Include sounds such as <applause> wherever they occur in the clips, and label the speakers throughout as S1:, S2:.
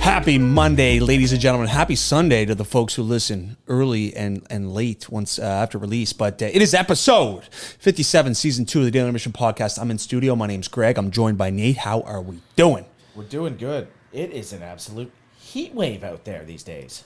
S1: Happy Monday, ladies and gentlemen. Happy Sunday to the folks who listen early and, and late once uh, after release. But uh, it is episode 57, season two of the Daily Mission podcast. I'm in studio. My name's Greg. I'm joined by Nate. How are we doing?
S2: We're doing good. It is an absolute heat wave out there these days.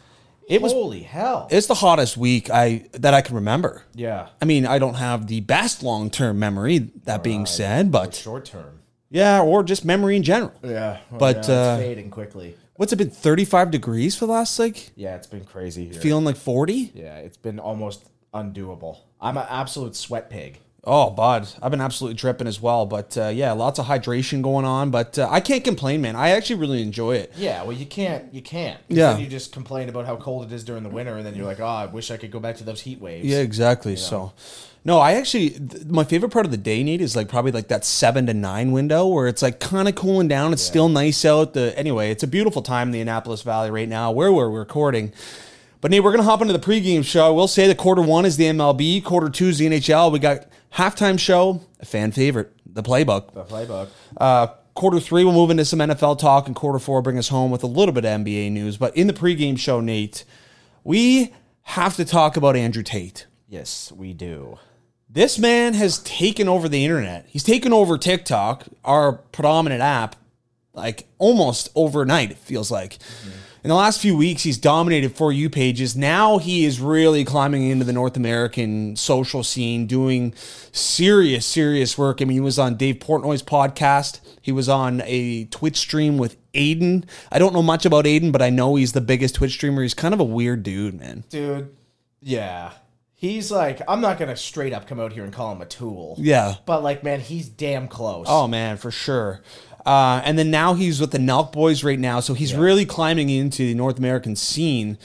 S2: It was holy hell.
S1: It's the hottest week I that I can remember.
S2: yeah.
S1: I mean, I don't have the best long term memory, that being said, but
S2: Short term.
S1: yeah, or just memory in general.
S2: Yeah. well,
S1: But,
S2: yeah, it's
S1: uh,
S2: fading quickly.
S1: What's it been, 35 degrees for the last like
S2: Yeah, it's been crazy here.
S1: feeling like 40?
S2: yeah, it's been almost undoable. I'm an absolute sweat pig.
S1: Oh, bud, I've been absolutely dripping as well. But uh, yeah, lots of hydration going on. But uh, I can't complain, man. I actually really enjoy it.
S2: Yeah, well, you can't. You can't.
S1: Yeah.
S2: Then you just complain about how cold it is during the winter, and then you're like, oh, I wish I could go back to those heat waves.
S1: Yeah, exactly. So, no, I actually th- my favorite part of the day, Nate, is like probably like that seven to nine window where it's like kind of cooling down. It's still nice out. The anyway, it's a beautiful time in the Annapolis Valley right now where we're recording. But Nate, we're gonna hop into the pregame show. I will say that quarter one is the MLB, quarter two is the NHL. We got halftime show, a fan favorite, the playbook.
S2: The playbook.
S1: Uh, quarter three, we'll move into some NFL talk, and quarter four, bring us home with a little bit of NBA news. But in the pregame show, Nate, we have to talk about Andrew Tate.
S2: Yes, we do.
S1: This man has taken over the internet. He's taken over TikTok, our predominant app, like almost overnight, it feels like. In the last few weeks, he's dominated For You pages. Now he is really climbing into the North American social scene, doing serious, serious work. I mean, he was on Dave Portnoy's podcast, he was on a Twitch stream with Aiden. I don't know much about Aiden, but I know he's the biggest Twitch streamer. He's kind of a weird dude, man.
S2: Dude. Yeah. He's like, I'm not going to straight up come out here and call him a tool.
S1: Yeah.
S2: But, like, man, he's damn close.
S1: Oh man, for sure. Uh, and then now he's with the Nelk Boys right now, so he's really climbing into the North American scene.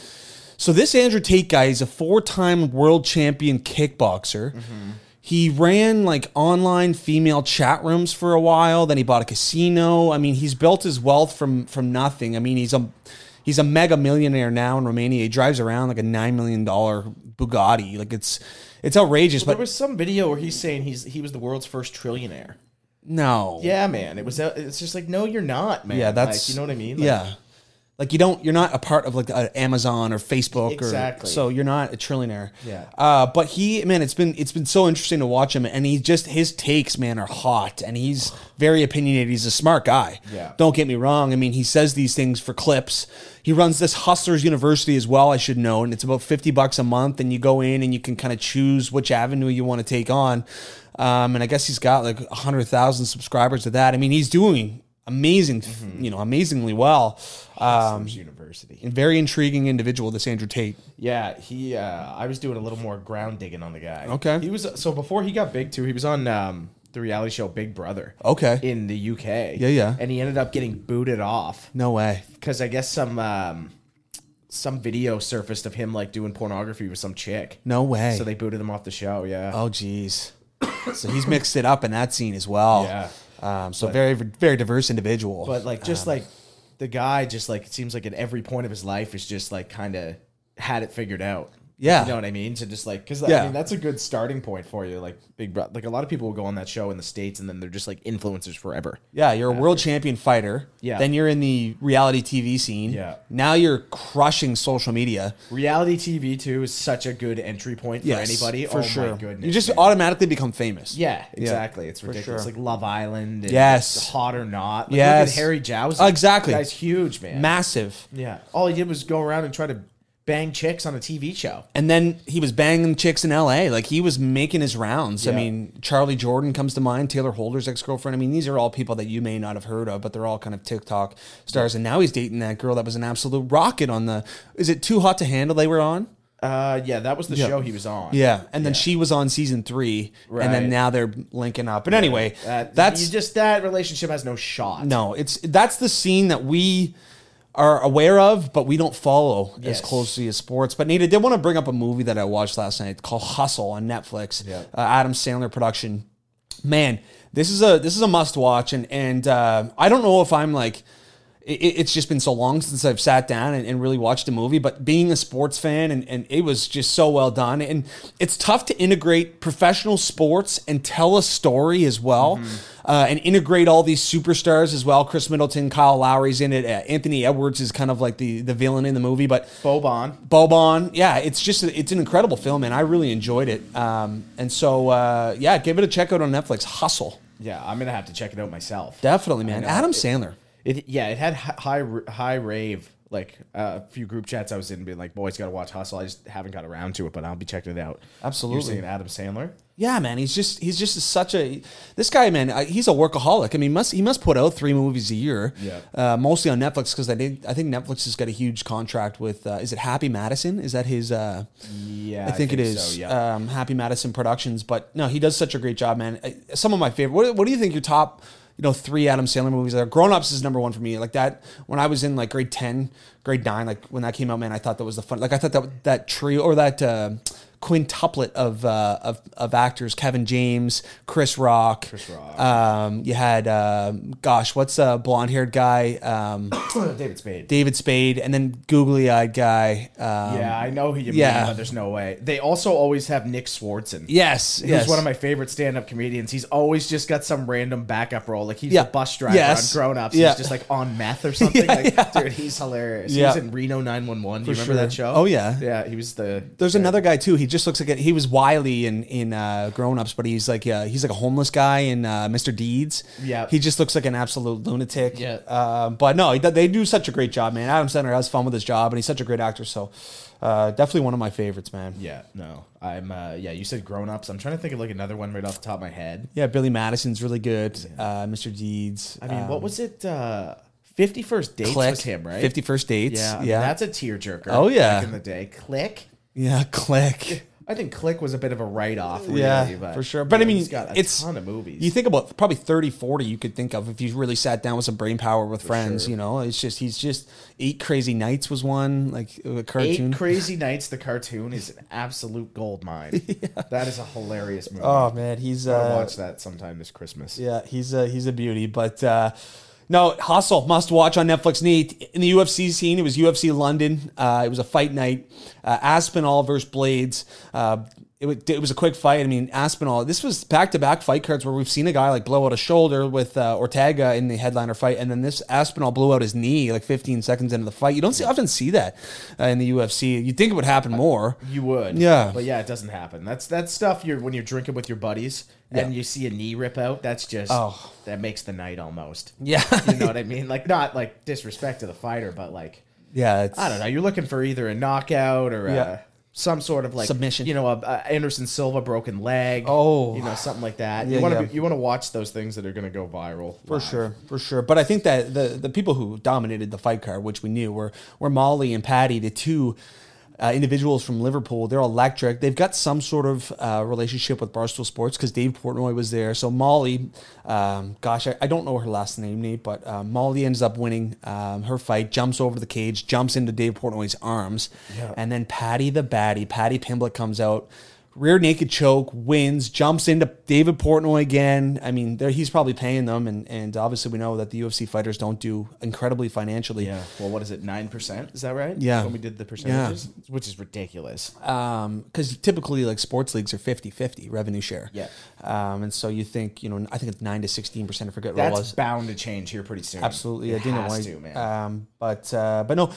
S1: So this Andrew Tate guy is a four-time world champion kickboxer.
S2: Mm-hmm.
S1: He ran like online female chat rooms for a while. Then he bought a casino. I mean, he's built his wealth from from nothing. I mean, he's a he's a mega millionaire now in Romania. He drives around like a nine million dollar Bugatti. Like it's it's outrageous.
S2: There
S1: but
S2: was some video where he's saying he's he was the world's first trillionaire.
S1: no,
S2: Yeah, man. It was. It's just like, no, you're not, man.
S1: Yeah,
S2: Like,
S1: that's
S2: you know what I mean.
S1: yeah, like you don't, you're not a part of like uh, Amazon or Facebook,
S2: Exactly.
S1: or so you're not a trillionaire.
S2: Yeah.
S1: Uh, but he, man, it's been it's been so interesting to watch him, and he just his takes, man, are hot, and he's very opinionated. He's a smart guy.
S2: Yeah.
S1: Don't get me wrong. I mean, he says these things for clips. He runs this Hustlers University as well. I should know, and it's about fifty bucks a month, and you go in and you can kind of choose which avenue you want to take on. Um, and I guess he's got like hundred thousand subscribers to that. I mean, he's doing amazing,
S2: Mm-hmm.
S1: you know, amazingly well. Um,
S2: Syracuse University.
S1: and very intriguing individual, this Andrew Tate.
S2: Yeah, he. Uh, I was doing a little more ground digging on the guy.
S1: Okay.
S2: He was so before he got big too. He was on um, the reality show Big Brother.
S1: Okay.
S2: In the UK.
S1: Yeah, yeah.
S2: And he ended up getting booted off
S1: No way.
S2: because I guess some um, some video surfaced of him like doing pornography with some chick.
S1: No way.
S2: So they booted him off the show. Yeah.
S1: Oh, geez. so he's mixed it up in that scene as well.
S2: Yeah.
S1: Um, so very, very diverse individual.
S2: But like, just like the guy, just like it seems like at every point of his life is just like kind of had it figured out.
S1: Yeah.
S2: you know what I mean. So just like, because
S1: Yeah.
S2: I mean, that's a good starting point for you. Like Big Brother, like a lot of people will go on that show in the states, and then they're just like influencers forever.
S1: yeah, you're a world champion fighter.
S2: Yeah.
S1: Then you're in the reality TV scene.
S2: Yeah.
S1: Now you're crushing social media.
S2: Reality TV too is such a good entry point for
S1: Yes,
S2: anybody.
S1: for
S2: oh
S1: sure.
S2: my goodness,
S1: you just
S2: man.
S1: automatically become famous.
S2: yeah, exactly. It's ridiculous.
S1: sure.
S2: Like Love Island, and
S1: Yes.
S2: hot or not. Like, look
S1: Yes.
S2: at Harry Jowsey.
S1: Exactly.
S2: guy's huge, man.
S1: Massive.
S2: yeah, all he did was go around and try to bang chicks on a TV show.
S1: And then he was banging chicks in LA. Like he was making his rounds. I
S2: Yeah.
S1: mean, Charlie Jordan comes to mind, Taylor Holder's ex girlfriend. I mean, these are all people that you may not have heard of, but they're all kind of TikTok stars. And now he's dating that girl that was an absolute rocket on the. Is it Too Hot to Handle they were on?
S2: Uh, yeah, that was the
S1: Yeah.
S2: show he was on.
S1: Yeah, and then she was on season three, and
S2: Right.
S1: then now they're linking up. But anyway,
S2: That,
S1: that's
S2: you just that relationship has no shot.
S1: no, it's that's the scene that we are aware of, but we don't follow
S2: Yes.
S1: as closely as sports. But Nate, I did want to bring up a movie that I watched last night called Hustle on Netflix.
S2: Yeah.
S1: Uh, Adam Sandler production. Man, this is a this is a must watch, and and uh, I don't know if I'm like. It, it- it's just been so long since I've sat down and, and really watched a movie, but being a sports fan and, and it was just so well done. And it's tough to integrate professional sports and tell a story as well, uh, and integrate all these superstars as well. Chris Middleton, Kyle Lowry's in it. Uh, Anthony Edwards is kind of like the the villain in the movie, but
S2: Boban.
S1: Boban, yeah, it's just it's an incredible film, and I really enjoyed it. Um, and so uh, yeah, give it a check out on Netflix. Hustle,
S2: Yeah, I'm gonna have to check it out myself.
S1: definitely, man.
S2: know.
S1: Adam Sandler.
S2: It yeah, it had hi- high r- high rave like uh, a few group chats I was in being like, boys, gotta watch Hustle. I just haven't got around to it, but I'll be checking it out.
S1: Absolutely.
S2: You're saying Adam Sandler.
S1: Yeah, man, he's just he's just such a this guy, man. uh, He's a workaholic. I mean, must he must put out three movies a year,
S2: Yeah.
S1: uh, mostly on Netflix because I think I think Netflix has got a huge contract with uh, is it Happy Madison? Is that his? Uh,
S2: Yeah,
S1: I, think, it is.
S2: So, yeah.
S1: um, Happy Madison Productions, but no, he does such a great job, man. Uh, Some of my favorite. What, what do you think your top, you know, three Adam Sandler movies are? Grown Ups is number one for me. Like that when I was in like grade ten, grade nine, like when that came out, man, I thought that was the fun. Like I thought that that trio or that uh, quintuplet of uh, of of actors: Kevin James, Chris Rock. Chris
S2: Rock.
S1: Um, you had, um gosh, what's a blonde haired guy? Um,
S2: David Spade.
S1: David Spade, and then googly eyed guy. Um,
S2: yeah, I know who you
S1: yeah.
S2: mean, but there's no way. They also always have Nick Swartzen.
S1: Yes,
S2: He's
S1: yes.
S2: one of my favorite stand-up comedians. He's always just got some random backup role. Like he's
S1: Yeah.
S2: a bus driver
S1: Yes.
S2: on Grown Ups.
S1: Yeah.
S2: He's just like
S1: <laughs>
S2: on meth or something. like, Dude, he's hilarious.
S1: Yeah.
S2: He was in Reno 911. Do you
S1: For
S2: remember that
S1: sure.
S2: show?
S1: Oh, yeah.
S2: Yeah, he was the.
S1: There's
S2: yeah.
S1: another guy too. He just looks like a, he was Wiley in in uh, Grown Ups, but he's like uh, he's like a homeless guy in uh, Mr. Deeds.
S2: Yeah.
S1: he just looks like an absolute lunatic.
S2: Yeah.
S1: Um, but no, he- they do such a great job, man. Adam Sandler has fun with his job, and he's such a great actor. So uh, definitely one of my favorites, man.
S2: Yeah, no. I'm. Uh, yeah, you said Grown Ups. I'm trying to think of like another one right off the top of my head.
S1: Yeah, Billy Madison's really good. Uh, Mr. Deeds.
S2: I mean, what was it? Uh, 51st Dates
S1: Um, Click.
S2: was him, right?
S1: Fifty First Dates.
S2: Yeah, I mean,
S1: yeah,
S2: that's a tearjerker.
S1: Oh, yeah.
S2: back in the day, Click.
S1: yeah.
S2: <laughs>
S1: Click.
S2: I think Click was a bit of a write off. Really,
S1: Yeah,
S2: but,
S1: for sure.
S2: you
S1: But
S2: know,
S1: I mean,
S2: he's got a
S1: it's
S2: ton of movies.
S1: You think about probably 30, 40 you could think of if you really sat down with some brain power with friends. You know, it's just he's just eight crazy nights was one like a
S2: Eight
S1: cartoon.
S2: Crazy Nights, the cartoon, is an absolute
S1: <laughs>
S2: gold mine. That is a hilarious movie.
S1: oh man, he's
S2: I'll
S1: uh,
S2: watch that sometime this Christmas.
S1: yeah, he's a he's a beauty. But uh, no, hustle must watch on Netflix. Neat in the UFC scene, it was UFC London. Uh, it was a fight night. Uh, Aspinall versus Blades. Uh, it, wa- it was a quick fight. I mean, Aspinall. This was back to back fight cards where we've seen a guy like blow out a shoulder with uh, Ortega in the headliner fight, and then this Aspinall blew out his knee like 15 seconds into the fight. You don't see, often see that uh, in the UFC. You think it would happen more.
S2: You would.
S1: Yeah.
S2: But yeah, it doesn't happen. That's that's stuff you're when you're drinking with your buddies and you see a knee rip out, that's just
S1: Oh.
S2: that makes the night almost.
S1: Yeah,
S2: <laughs> You know what I mean? Like not like disrespect to the fighter, but like
S1: <laughs> yeah. It's,
S2: I don't know. You're looking for either a knockout or
S1: Yeah.
S2: a, some sort of like
S1: Submission.
S2: You know, a, a Anderson Silva broken leg.
S1: Oh.
S2: you know, something like that.
S1: Yeah,
S2: you want to
S1: yeah.
S2: you want to watch those things that are going to go viral
S1: For sure, for sure. But I think that the the people who dominated the fight card, which we knew, were were Molly and Patty, the two. Uh, individuals from Liverpool, they're electric. They've got some sort of uh, relationship with Barstool Sports because Dave Portnoy was there. So Molly, um, gosh, I, I don't know her last name, Nate, but uh, Molly ends up winning um, her fight, jumps over the cage, jumps into Dave Portnoy's arms, and then Patty the baddie, Patty Pimblett comes out, rear naked choke, wins, jumps into David Portnoy again. I mean, there he's probably paying them, and and obviously we know that the UFC fighters don't do incredibly financially.
S2: Yeah. Well, what is it? Nine percent? Is that right?
S1: Yeah.
S2: When we did the percentages, which is ridiculous.
S1: because typically like sports leagues are 50-50 revenue share.
S2: Yeah.
S1: um, and so you think you know I think it's nine to sixteen percent. I forget what it
S2: That's
S1: was.
S2: bound to change here pretty soon.
S1: Absolutely,
S2: it
S1: I didn't
S2: has
S1: like
S2: to, man.
S1: Um, but uh, but no, uh,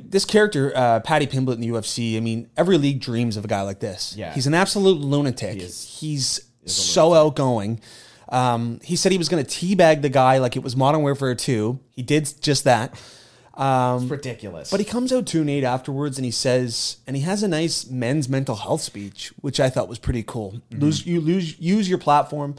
S1: this character uh, Patty Pimblett in the UFC. I mean, every league dreams of a guy like this.
S2: Yeah.
S1: he's an absolute lunatic.
S2: is-
S1: he's so outgoing. Um, he said he was going to teabag the guy like it was Modern Warfare Two. He did just that.
S2: it's ridiculous.
S1: But he comes out to Nate afterwards and he says, and he has a nice men's mental health speech, which I thought was pretty cool. Lose you lose use your platform.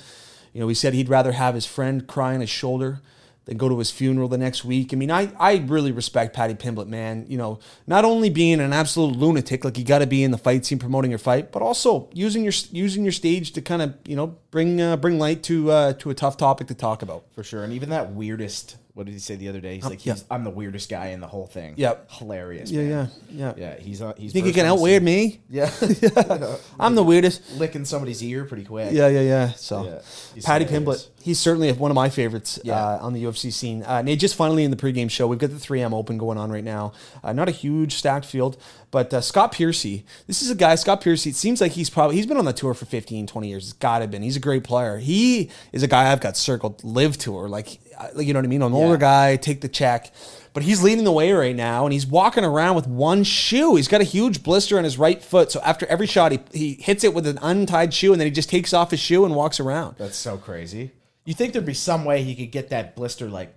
S1: You know, he said he'd rather have his friend cry on his shoulder then go to his funeral the next week. I mean, I, I really respect Patty Pimblett, man. You know, not only being an absolute lunatic, like you got to be in the fight scene promoting your fight, but also using your using your stage to kind of you know bring uh, bring light to uh, to a tough topic to talk about.
S2: for sure. And even that weirdest, what did he say the other day? He's like,
S1: Uh, yeah.
S2: he's, I'm the weirdest guy in the whole thing.
S1: Yep.
S2: hilarious.
S1: Yeah,
S2: man.
S1: yeah, yeah.
S2: yeah. He's uh, he's.
S1: Think you can
S2: bursting
S1: outweigh me?
S2: Yeah.
S1: <laughs> I'm the weirdest.
S2: licking somebody's ear pretty quick.
S1: Yeah, yeah, yeah. So,
S2: Yeah, he's
S1: Patty
S2: hilarious.
S1: Pimblett, he's certainly one of my favorites
S2: Yeah.
S1: uh, on the UFC scene. Uh, Nate, just finally in the pregame show, we've got the 3M Open going on right now. Uh, not a huge stacked field, but uh, Scott Piercy. This is a guy, Scott Piercy. It seems like he's probably he's been on the tour for 15, 20 years. It's got to been. He's a great player. He is a guy I've got circled live tour. Like, I- like you know what I mean? I'm an older guy. Take the check. But he's leading the way right now, and he's walking around with one shoe. He's got a huge blister on his right foot. So after every shot, he, he hits it with an untied shoe, and then he just takes off his shoe and walks around.
S2: That's so crazy. You think there'd be some way he could get that blister like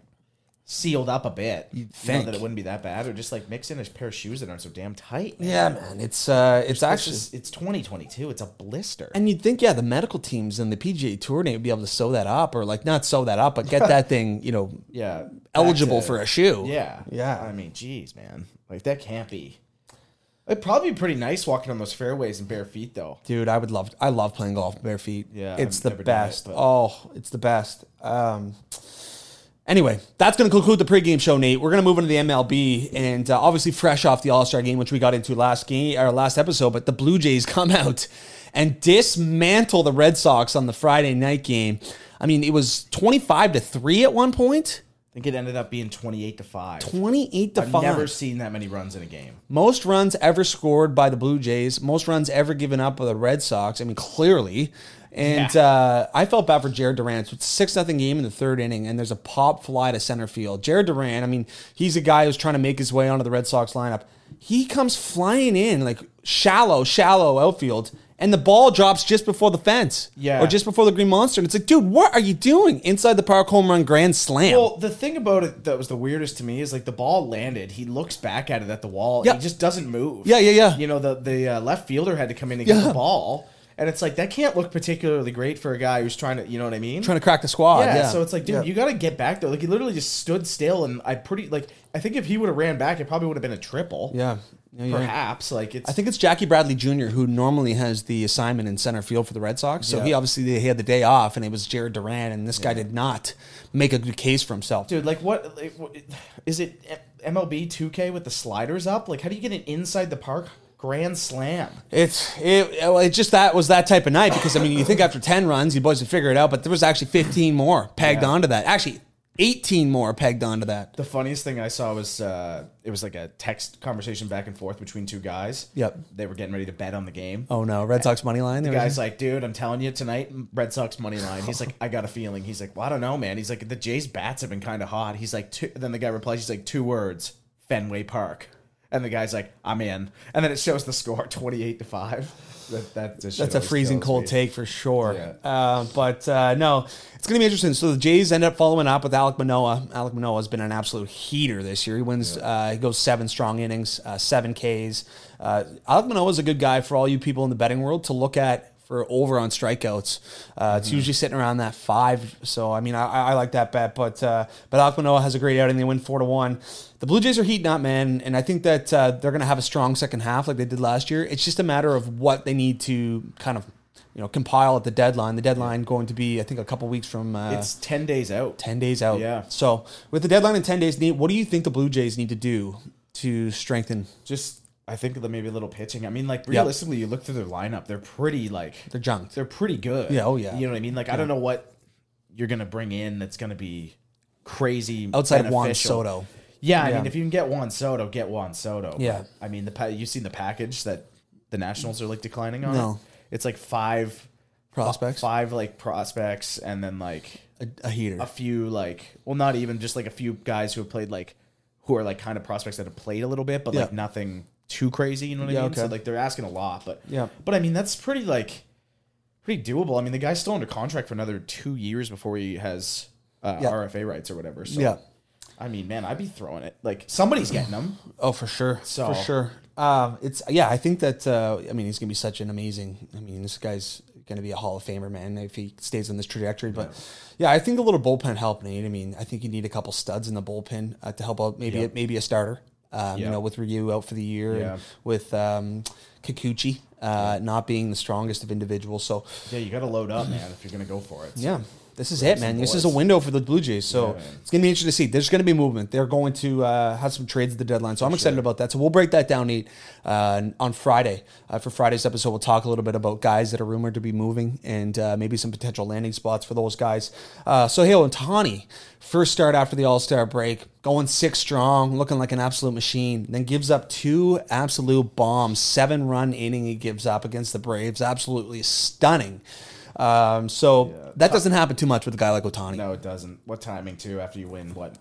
S2: sealed up a bit? You
S1: think.
S2: that it wouldn't be that bad, or just like mix in a pair of shoes that aren't so damn tight? man.
S1: Yeah, man, it's uh, it's
S2: This
S1: actually,
S2: is, it's 2022. It's a blister.
S1: and you'd think, yeah, the medical teams and the PGA Tour would be able to sew that up, or like not sew that up, but get that thing, you know,
S2: yeah, back
S1: eligible
S2: to-
S1: for a shoe.
S2: Yeah,
S1: Yeah.
S2: I mean, geez, man, like that can't be. It'd probably be pretty nice walking on those fairways in bare feet, though.
S1: Dude, I would love. I love playing golf bare feet.
S2: Yeah,
S1: it's
S2: I've
S1: the
S2: never done it,
S1: best.
S2: but-
S1: oh, it's the best. Um, anyway, that's going to conclude the pregame show, Nate. We're going to move into the MLB, and uh, obviously fresh off the All Star game, which we got into last game or last episode. But the Blue Jays <laughs> come out and dismantle the Red Sox on the Friday night game. I mean, it was twenty five to three at one point,
S2: I think it ended up being 28 to five.
S1: twenty eight to
S2: I've
S1: five.
S2: never seen that many runs in a game.
S1: Most runs ever scored by the Blue Jays. Most runs ever given up by the Red Sox. I mean, clearly. And
S2: Yeah.
S1: uh, I felt bad for Jared Durant. So it's a six nothing game in the third inning, and there's a pop fly to center field. Jared Durant. I mean, he's a guy who's trying to make his way onto the Red Sox lineup. He comes flying in like shallow, shallow outfield, and the ball drops just before the fence,
S2: Yeah.
S1: or just before the Green Monster. And it's like, dude, what are you doing inside the park home run grand slam?
S2: Well, the thing about it that was the weirdest to me is like the ball landed. He looks back at it at the wall.
S1: Yeah.
S2: And he just doesn't move.
S1: Yeah, yeah, yeah.
S2: You know, the the uh, left fielder had to come in and get
S1: Yeah.
S2: the ball, and it's like that can't look particularly great for a guy who's trying to, you know what I mean?
S1: trying to crack the squad.
S2: yeah,
S1: Yeah.
S2: So it's like, dude,
S1: Yeah.
S2: you got to get back there. Like he literally just stood still, and I pretty like I think if he would have ran back, it probably would have been a triple.
S1: yeah. Yeah, yeah.
S2: Perhaps like it's
S1: I think it's Jackie Bradley Jr. who normally has the assignment in center field for the Red Sox. So
S2: Yeah.
S1: he obviously he had the day off, and it was Jared Duran, and this guy did not make a good case for himself.
S2: dude like what like, what- is it M- mlb 2k with the sliders up like how do you get an inside the park grand slam
S1: It's it, well, it's just that was that type of night because I mean you think after ten runs you boys would figure it out, but there was actually fifteen more pegged
S2: Yeah.
S1: onto that. Actually, eighteen more pegged onto that.
S2: the funniest thing i saw was uh it was like a text conversation back and forth between two guys
S1: Yep.
S2: they were getting ready to bet on the game
S1: Oh no, Red Sox money line.
S2: The guy's like, dude, I'm telling you tonight, Red Sox money line. He's like, I got a feeling. He's like, well, I don't know, man. He's like, the Jays bats have been kind of hot. He's like, two, then the guy replies, he's like, two words, Fenway Park. And the guy's like, I'm in. And then it shows the score, <laughs> 28 to five. That, that just shit
S1: That's a
S2: always
S1: freezing
S2: kills
S1: cold
S2: me.
S1: take for sure.
S2: Yeah.
S1: Uh, but uh, no, it's going to be interesting. So the Jays end up following up with Alec Manoa. Alec Manoa has been an absolute heater this year. He wins. Uh, he goes seven strong innings, uh, seven Ks. Uh, Alec Manoa is a good guy for all you people in the betting world to look at for over on strikeouts. Uh, It's usually sitting around that five. So I mean, I, I- I like that bet. But uh, but Alec Manoa has a great outing. They win four to one. The Blue Jays are heating up, man, and I think that uh, they're going to have a strong second half like they did last year. It's just a matter of what they need to kind of you know compile at the deadline. The deadline going to be I think a couple weeks from uh,
S2: It's 10 days out.
S1: ten days out.
S2: Yeah.
S1: So with the deadline in ten days, Nate, what do you think the Blue Jays need to do to strengthen?
S2: Just, I think that maybe a little pitching. I mean, like, realistically, you look through their lineup, they're pretty, like,
S1: They're junked.
S2: they're pretty good.
S1: Yeah, oh, yeah.
S2: You know what I mean? Like, I don't know what you're going to bring in that's going to be crazy
S1: Outside of Juan
S2: beneficial.
S1: Soto,
S2: Yeah, I
S1: Yeah.
S2: mean, if you can get Juan Soto, get Juan Soto. But,
S1: Yeah.
S2: I mean, the pa- you've seen the package that the Nationals are like declining on.
S1: No.
S2: It's like five
S1: Prospects?
S2: five like prospects, and then like
S1: a, a heater.
S2: a few like well, not even just like a few guys who have played like who are like kind of prospects that have played a little bit, but like
S1: Yeah.
S2: nothing too crazy. You know what
S1: Yeah,
S2: I mean? So
S1: okay.
S2: like they're asking a lot, but
S1: Yeah.
S2: But I mean, that's pretty like pretty doable. I mean, the guy's still under contract for another two years before he has uh,
S1: Yeah.
S2: RFA rights or whatever. So
S1: Yeah.
S2: I mean, man, I'd be throwing it. Like somebody's getting them.
S1: Oh, for sure.
S2: So-
S1: for sure. Um, it's yeah. I think that uh, I mean he's gonna be such an amazing. I mean this guy's going to be a Hall of Famer, man, if he stays on this trajectory. But yeah, I think a little bullpen help, Nate. I mean, I think you need a couple studs in the bullpen uh, to help out. Maybe maybe a starter. Um, You
S2: Yep.
S1: know, with Ryu out for the year,
S2: Yeah.
S1: and with um, Kikuchi uh, not being the strongest of individuals. So
S2: Yeah, you got to load up, man, if you're going to go for it.
S1: yeah. This is it, man. This is a
S2: bullets.
S1: window for the Blue Jays. So it's going to be interesting to see. There's going to be movement. They're going to uh, have some trades at the deadline. So I'm excited about that. So we'll break that down, Nate, uh, on Friday. Uh, for Friday's episode, we'll talk a little bit about guys that are rumored to be moving and uh, maybe some potential landing spots for those guys. Uh, so Hale and Tawny, first start after the All Star break, going six strong, looking like an absolute machine, then gives up two absolute bombs, seven run inning he gives up against the Braves. Absolutely stunning. Um, so that doesn't happen too much with a guy like Otani.
S2: No, it doesn't. What timing, too, after you win, what?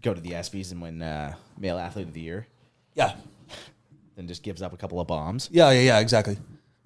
S2: Go to the ESPYs and win uh, Male Athlete of the Year,
S1: Yeah.
S2: then just gives up a couple of bombs.
S1: Yeah, yeah, yeah, exactly.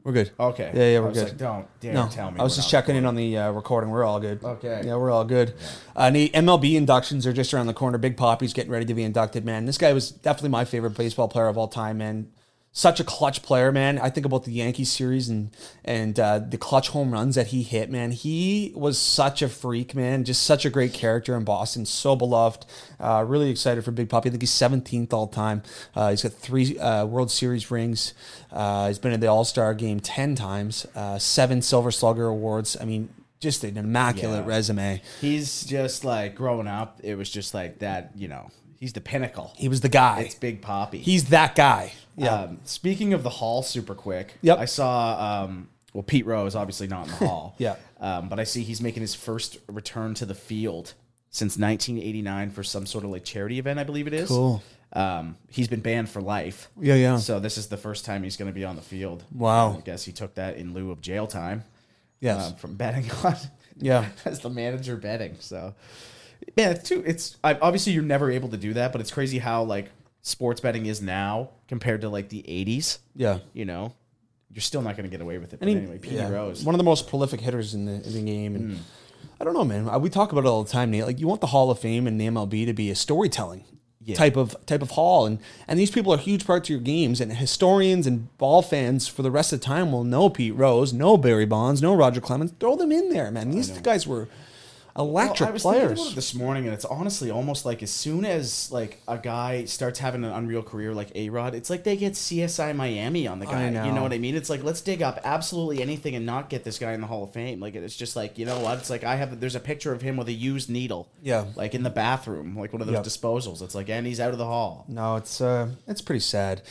S1: We're good.
S2: Okay.
S1: Yeah, yeah,
S2: I
S1: we're
S2: was
S1: good.
S2: like, don't dare
S1: no,
S2: tell me.
S1: I was
S2: we're
S1: just
S2: not-
S1: checking in on the uh, recording. We're all good.
S2: Okay.
S1: Yeah, we're all good. Uh, and the MLB inductions are just around the corner. Big Poppy's getting ready to be inducted, man. This guy was definitely my favorite baseball player of all time, man. Such a clutch player, man. I think about the Yankees series and and uh, the clutch home runs that he hit, man. He was such a freak, man. Just such a great character in Boston. So beloved. Uh, really excited for Big Poppy. I think he's 17th all time. Uh, he's got three uh, World Series rings. Uh, he's been in the All Star game 10 times, uh, seven Silver Slugger awards. I mean, just an immaculate
S2: Yeah.
S1: resume.
S2: He's just like growing up. It was just like that, you know, he's the pinnacle.
S1: He was the guy.
S2: It's Big Poppy.
S1: He's that guy. Yeah.
S2: Um, speaking of the hall, super quick.
S1: Yep.
S2: I saw. Um, well, Pete Rowe is obviously not in the hall.
S1: <laughs> Yeah.
S2: Um, but I see he's making his first return to the field since 1989 for some sort of like charity event, I believe it is.
S1: Cool.
S2: Um, he's been banned for life.
S1: Yeah, yeah.
S2: So this is the first time he's going to be on the field.
S1: Wow.
S2: I guess he took that in lieu of jail time
S1: yes.
S2: um, from betting <laughs> on.
S1: Yeah.
S2: <laughs> as the manager betting. So, man, it's too. It's I, obviously you're never able to do that, but it's crazy how like sports betting is now compared to like the '80s.
S1: yeah.
S2: You know, you're still not going to get away with it. But
S1: he-
S2: anyway, Petey
S1: yeah,
S2: Rose. Mm.
S1: one of the most prolific hitters in the, in the game. And I don't know, man. I- We talk about it all the time, Nate. Like you want the Hall of Fame and the MLB to be a storytelling type of type of hall, and and these people are huge parts of your games. And historians and ball fans for the rest of the time will know Pete Rose, know Barry Bonds, know Roger Clemens. Throw them in there, man. These guys were electric
S2: I was thinking about it
S1: players.
S2: this morning, and it's honestly almost like as soon as like a guy starts having an unreal career like A Rod, it's like they get CSI Miami on the guy. You
S1: know.
S2: know what I mean? It's like let's dig up absolutely anything and not get this guy in the Hall of Fame. Like it's just like you know what? It's like I have there's a picture of him with a used needle.
S1: Yeah.
S2: like in the bathroom, like one of those
S1: Yep.
S2: disposals. It's like and he's out of the hall.
S1: No, it's uh, it's pretty sad.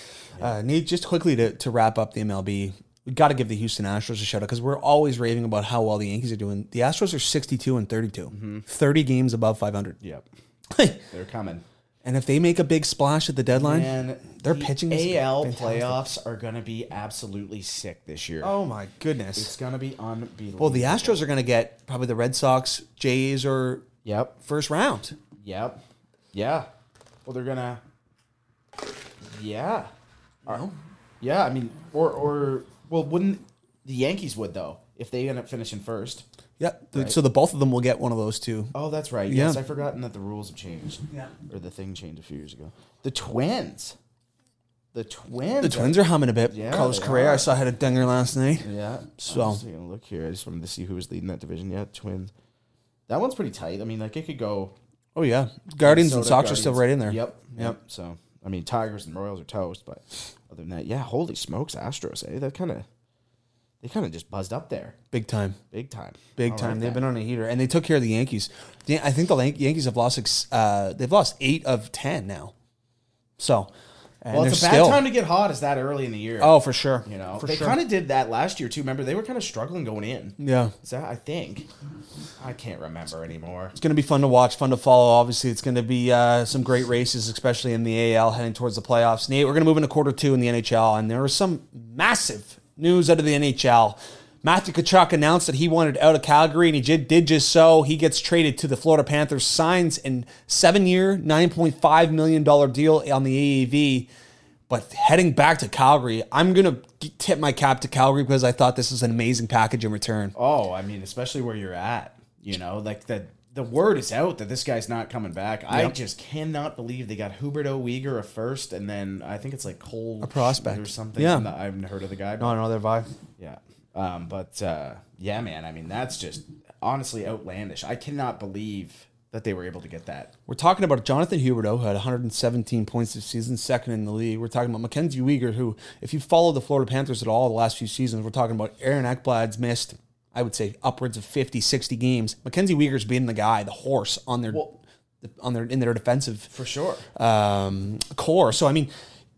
S1: Uh, Nate, just quickly to, to wrap up the MLB, we got to give the Houston Astros a shout out because we're always raving about how well the Yankees are doing. The Astros are 62 and 32,
S2: Mm-hmm.
S1: 30 games above 500.
S2: Yep, they're coming.
S1: <laughs> and if they make a big splash at the deadline,
S2: And
S1: their
S2: the
S1: pitching is
S2: AL
S1: fantastic.
S2: playoffs are gonna be absolutely sick this year.
S1: Oh my goodness!
S2: It's gonna be unbelievable.
S1: well, the Astros are going to get probably the Red Sox, Jays, or
S2: Yep.
S1: first round.
S2: Yep. Yeah. Well, they're gonna. Yeah.
S1: No?
S2: Yeah. I mean, or or well, wouldn't the Yankees would though if they end up finishing first?
S1: Yeah. th- So the both of them will get one of those two.
S2: Oh, that's right. Yes,
S1: Yeah.
S2: I've forgotten that the rules have changed. Yeah. Or the thing changed a few years ago. The Twins. The Twins.
S1: The Twins are humming a bit.
S2: Yeah,
S1: Carlos
S2: they
S1: Correa, I
S2: are.
S1: saw had a dinger last night.
S2: Yeah.
S1: So-
S2: I'm just taking a look here. I just wanted to see who was leading that division. Yeah, Twins. That one's pretty tight. I mean, like it could go
S1: Oh yeah, Guardians and
S2: Minnesota
S1: Sox are still
S2: Guardians.
S1: right in there.
S2: Yep, yep. So I mean, Tigers and Royals are toast, but other than that, yeah. Holy smokes, Astros! Eh, that kind of they kind of just buzzed up there,
S1: Big time.
S2: big time,
S1: Big
S2: I'll
S1: time.
S2: write
S1: They've
S2: that.
S1: been on a heater, and they took care of the Yankees. The- I think the Lan- Yankees have lost. Six, uh, they've lost eight of ten now. So, and
S2: Well,
S1: they're
S2: it's a bad
S1: still.
S2: time to get hot. Is that early in the year?
S1: oh, for sure.
S2: you know,
S1: for
S2: they
S1: sure.
S2: kind of did that last year too. Remember, they were kind of struggling going in.
S1: yeah.
S2: Is that I think I can't remember anymore.
S1: It's going to be fun to watch, fun to follow. Obviously, it's going to be uh, some great races, especially in the AL heading towards the playoffs. Nate, we're going to move into quarter two in the NHL, and there was some massive news out of the NHL. Matthew Kachuk announced that he wanted out of Calgary, and he did, did just so. He gets traded to the Florida Panthers, signs a seven year, $9.5 million deal on the AAV. But heading back to Calgary, I'm going to tip my cap to Calgary because I thought this was an amazing package in return.
S2: Oh, I mean, especially where you're at, you know, like the the word is out that this guy's not coming back. I
S1: Yep.
S2: just cannot believe they got Hubert O'Weger a first, and then I think it's like Cole
S1: prospect.
S2: or something.
S1: Yeah.
S2: I'm not- I haven't heard of the guy. But
S1: No, no, they're vibe.
S2: Yeah, Um, but uh, yeah, man, I mean, that's just honestly outlandish. I cannot believe that they were able to get that.
S1: We're talking about Jonathan Huberto, who had 117 points this season, second in the league. We're talking about Mackenzie Weegar, who, if you follow the Florida Panthers at all the last few seasons, we're talking about Aaron Eckblad's missed, I would say, upwards of 50, 60 games. Mackenzie Weegar's been the guy, the horse on their on their in their defensive
S2: For sure.
S1: um, core. So I mean,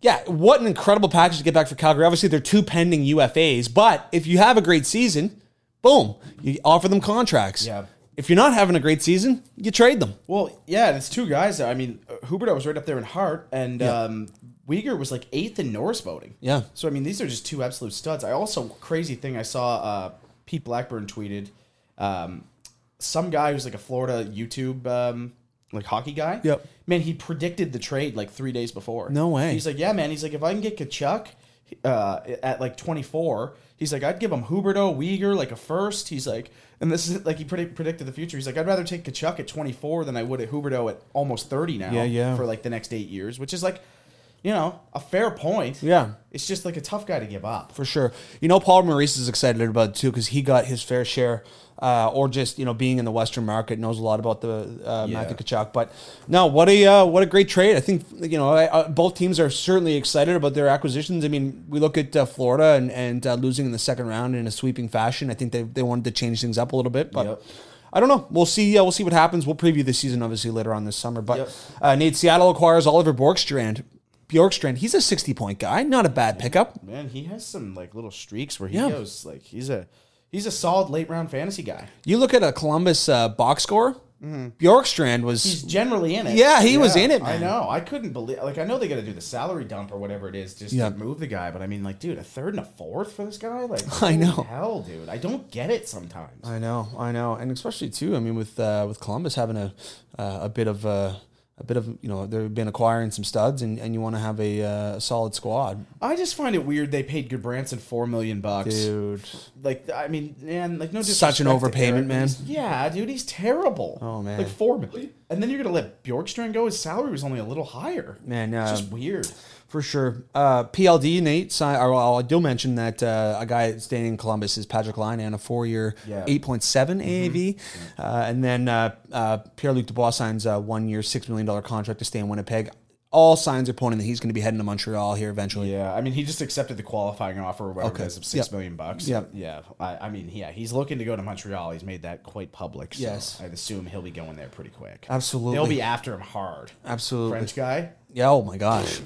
S1: yeah, what an incredible package to get back for Calgary. Obviously, they're two pending UFAs, but if you have a great season, boom, you offer them contracts.
S2: Yeah.
S1: If you're not having a great season, you trade them.
S2: Well, yeah, and it's two guys. I mean, uh, Huberto was right up there in Hart, and um, Uyghur was like eighth in Norris voting.
S1: Yeah.
S2: So I mean, these are just two absolute studs. I also crazy thing I saw uh, Pete Blackburn tweeted um, some guy who's like a Florida YouTube um, like hockey guy.
S1: Yep.
S2: Man, he predicted the trade like three days before.
S1: No way.
S2: He's like, yeah, man. He's like, if I can get Kachuk uh, at like 24, he's like, I'd give him Huberto, Uyghur, like a first. He's like, and this is like he predi- predicted the future. He's like, I'd rather take Kachuk at 24 than I would at Huberto at almost 30 now.
S1: Yeah, yeah.
S2: For like the next eight years, which is like, you know, a fair point.
S1: Yeah.
S2: It's just like a tough guy to give up.
S1: for sure. You know, Paul Maurice is excited about it too because he got his fair share, uh, or just you know being in the Western market knows a lot about the uh,
S2: Yeah.
S1: Matthew Kachuk. But no, what a uh, what a great trade! I think you know I, uh both teams are certainly excited about their acquisitions. I mean, we look at uh, Florida and and uh, losing in the second round in a sweeping fashion. I think they they wanted to change things up a little bit, but.
S2: Yep.
S1: I don't know. We'll see. Uh, we'll see what happens. We'll preview the season obviously later on this summer. But
S2: Yep.
S1: uh, Nate Seattle acquires Oliver Bjorkstrand. Bjorkstrand, he's a sixty-point guy. Not a bad pickup.
S2: Man, he has some like little streaks where he
S1: Yeah.
S2: goes like he's a he's a solid late round fantasy guy.
S1: You look at a Columbus uh, box score. Bjorkstrand was
S2: He's generally in it.
S1: Yeah, he was in it, man.
S2: I know. I couldn't believe. Like, I know they got to do the salary dump or whatever it is just
S1: Yeah.
S2: to move the guy. But I mean, like, dude, a third and a fourth for this guy? Like,
S1: <laughs> I
S2: holy
S1: know.
S2: hell, dude. I don't get it sometimes.
S1: I know, I know, and especially too. I mean, with uh, with Columbus having a uh, a bit of uh, a bit of you know they've been acquiring some studs, and, and you want to have a uh, solid squad,
S2: I just find it weird they paid Goodbranson four million bucks.
S1: dude.
S2: Like, I mean, man, like no
S1: Such an
S2: disrespect to
S1: overpayment,
S2: Eric,
S1: man.
S2: he's- Yeah, dude, he's terrible.
S1: Oh, man.
S2: like four million, and then you're gonna let Bjorkstrand go. His salary was only a little higher.
S1: Man,
S2: it's just
S1: um,
S2: weird.
S1: For sure. Uh, PLD, Nate, si- or, well, I do mention that uh, a guy staying in Columbus is Patrick Lyon on a four year,
S2: Yeah.
S1: 8.7 AAV. Uh, and then uh, uh, Pierre Luc Dubois signs a one year, $6 million contract to stay in Winnipeg. All signs are pointing that he's going to be heading to Montreal here eventually.
S2: Yeah, I mean, he just accepted the qualifying offer or whatever
S1: Okay.
S2: it is of six
S1: Yep.
S2: million bucks.
S1: Yep.
S2: Yeah, I, I mean, yeah, he's looking to go to Montreal. He's made that quite public. So
S1: Yes.
S2: I'd assume he'll be going there pretty quick.
S1: Absolutely.
S2: They'll be after him hard.
S1: Absolutely.
S2: French guy.
S1: Yeah, oh my gosh.